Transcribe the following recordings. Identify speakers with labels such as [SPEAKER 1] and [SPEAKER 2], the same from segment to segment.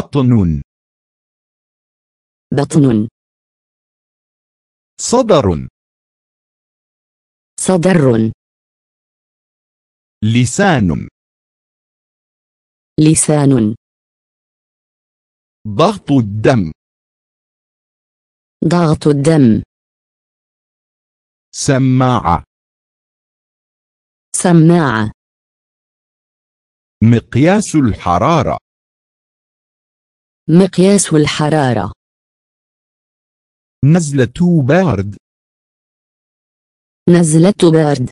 [SPEAKER 1] بطن
[SPEAKER 2] بطن
[SPEAKER 1] صدر
[SPEAKER 2] صدر
[SPEAKER 1] لسان
[SPEAKER 2] لسان
[SPEAKER 1] ضغط الدم
[SPEAKER 2] ضغط الدم
[SPEAKER 1] سماعة
[SPEAKER 2] سماعة
[SPEAKER 1] مقياس الحرارة
[SPEAKER 2] مقياس الحرارة
[SPEAKER 1] نزلة برد
[SPEAKER 2] نزلة برد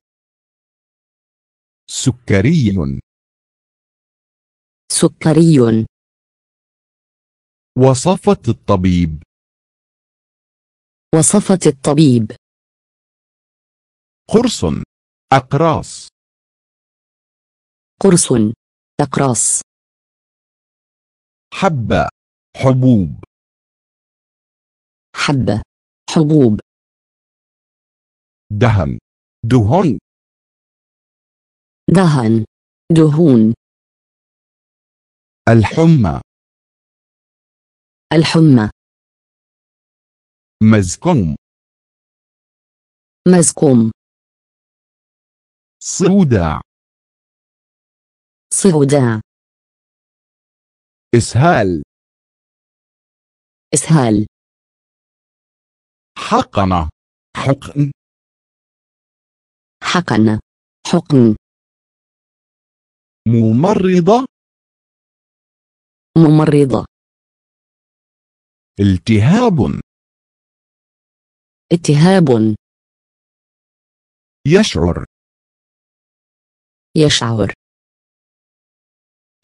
[SPEAKER 1] سكري
[SPEAKER 2] سكري
[SPEAKER 1] وصفة الطبيب
[SPEAKER 2] وصفة الطبيب
[SPEAKER 1] قرص أقراص
[SPEAKER 2] قرص تقراص
[SPEAKER 1] حبة حبوب
[SPEAKER 2] حبة حبوب
[SPEAKER 1] دهن دهن
[SPEAKER 2] دهن دهون
[SPEAKER 1] الحمى
[SPEAKER 2] الحمى
[SPEAKER 1] مزكم
[SPEAKER 2] مزقوم
[SPEAKER 1] صداع
[SPEAKER 2] صعداع
[SPEAKER 1] إسهال
[SPEAKER 2] إسهال
[SPEAKER 1] حقنة حقن
[SPEAKER 2] حقن حقن
[SPEAKER 1] ممرضة
[SPEAKER 2] ممرضة
[SPEAKER 1] التهاب
[SPEAKER 2] التهاب
[SPEAKER 1] يشعر
[SPEAKER 2] يشعر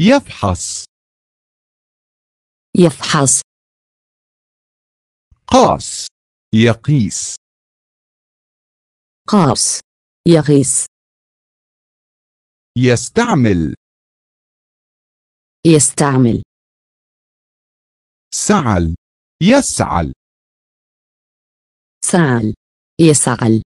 [SPEAKER 1] يفحص
[SPEAKER 2] يفحص
[SPEAKER 1] قاس يقيس
[SPEAKER 2] قاص يغيس
[SPEAKER 1] يستعمل
[SPEAKER 2] يستعمل
[SPEAKER 1] سعل يسعل
[SPEAKER 2] سعل يسعل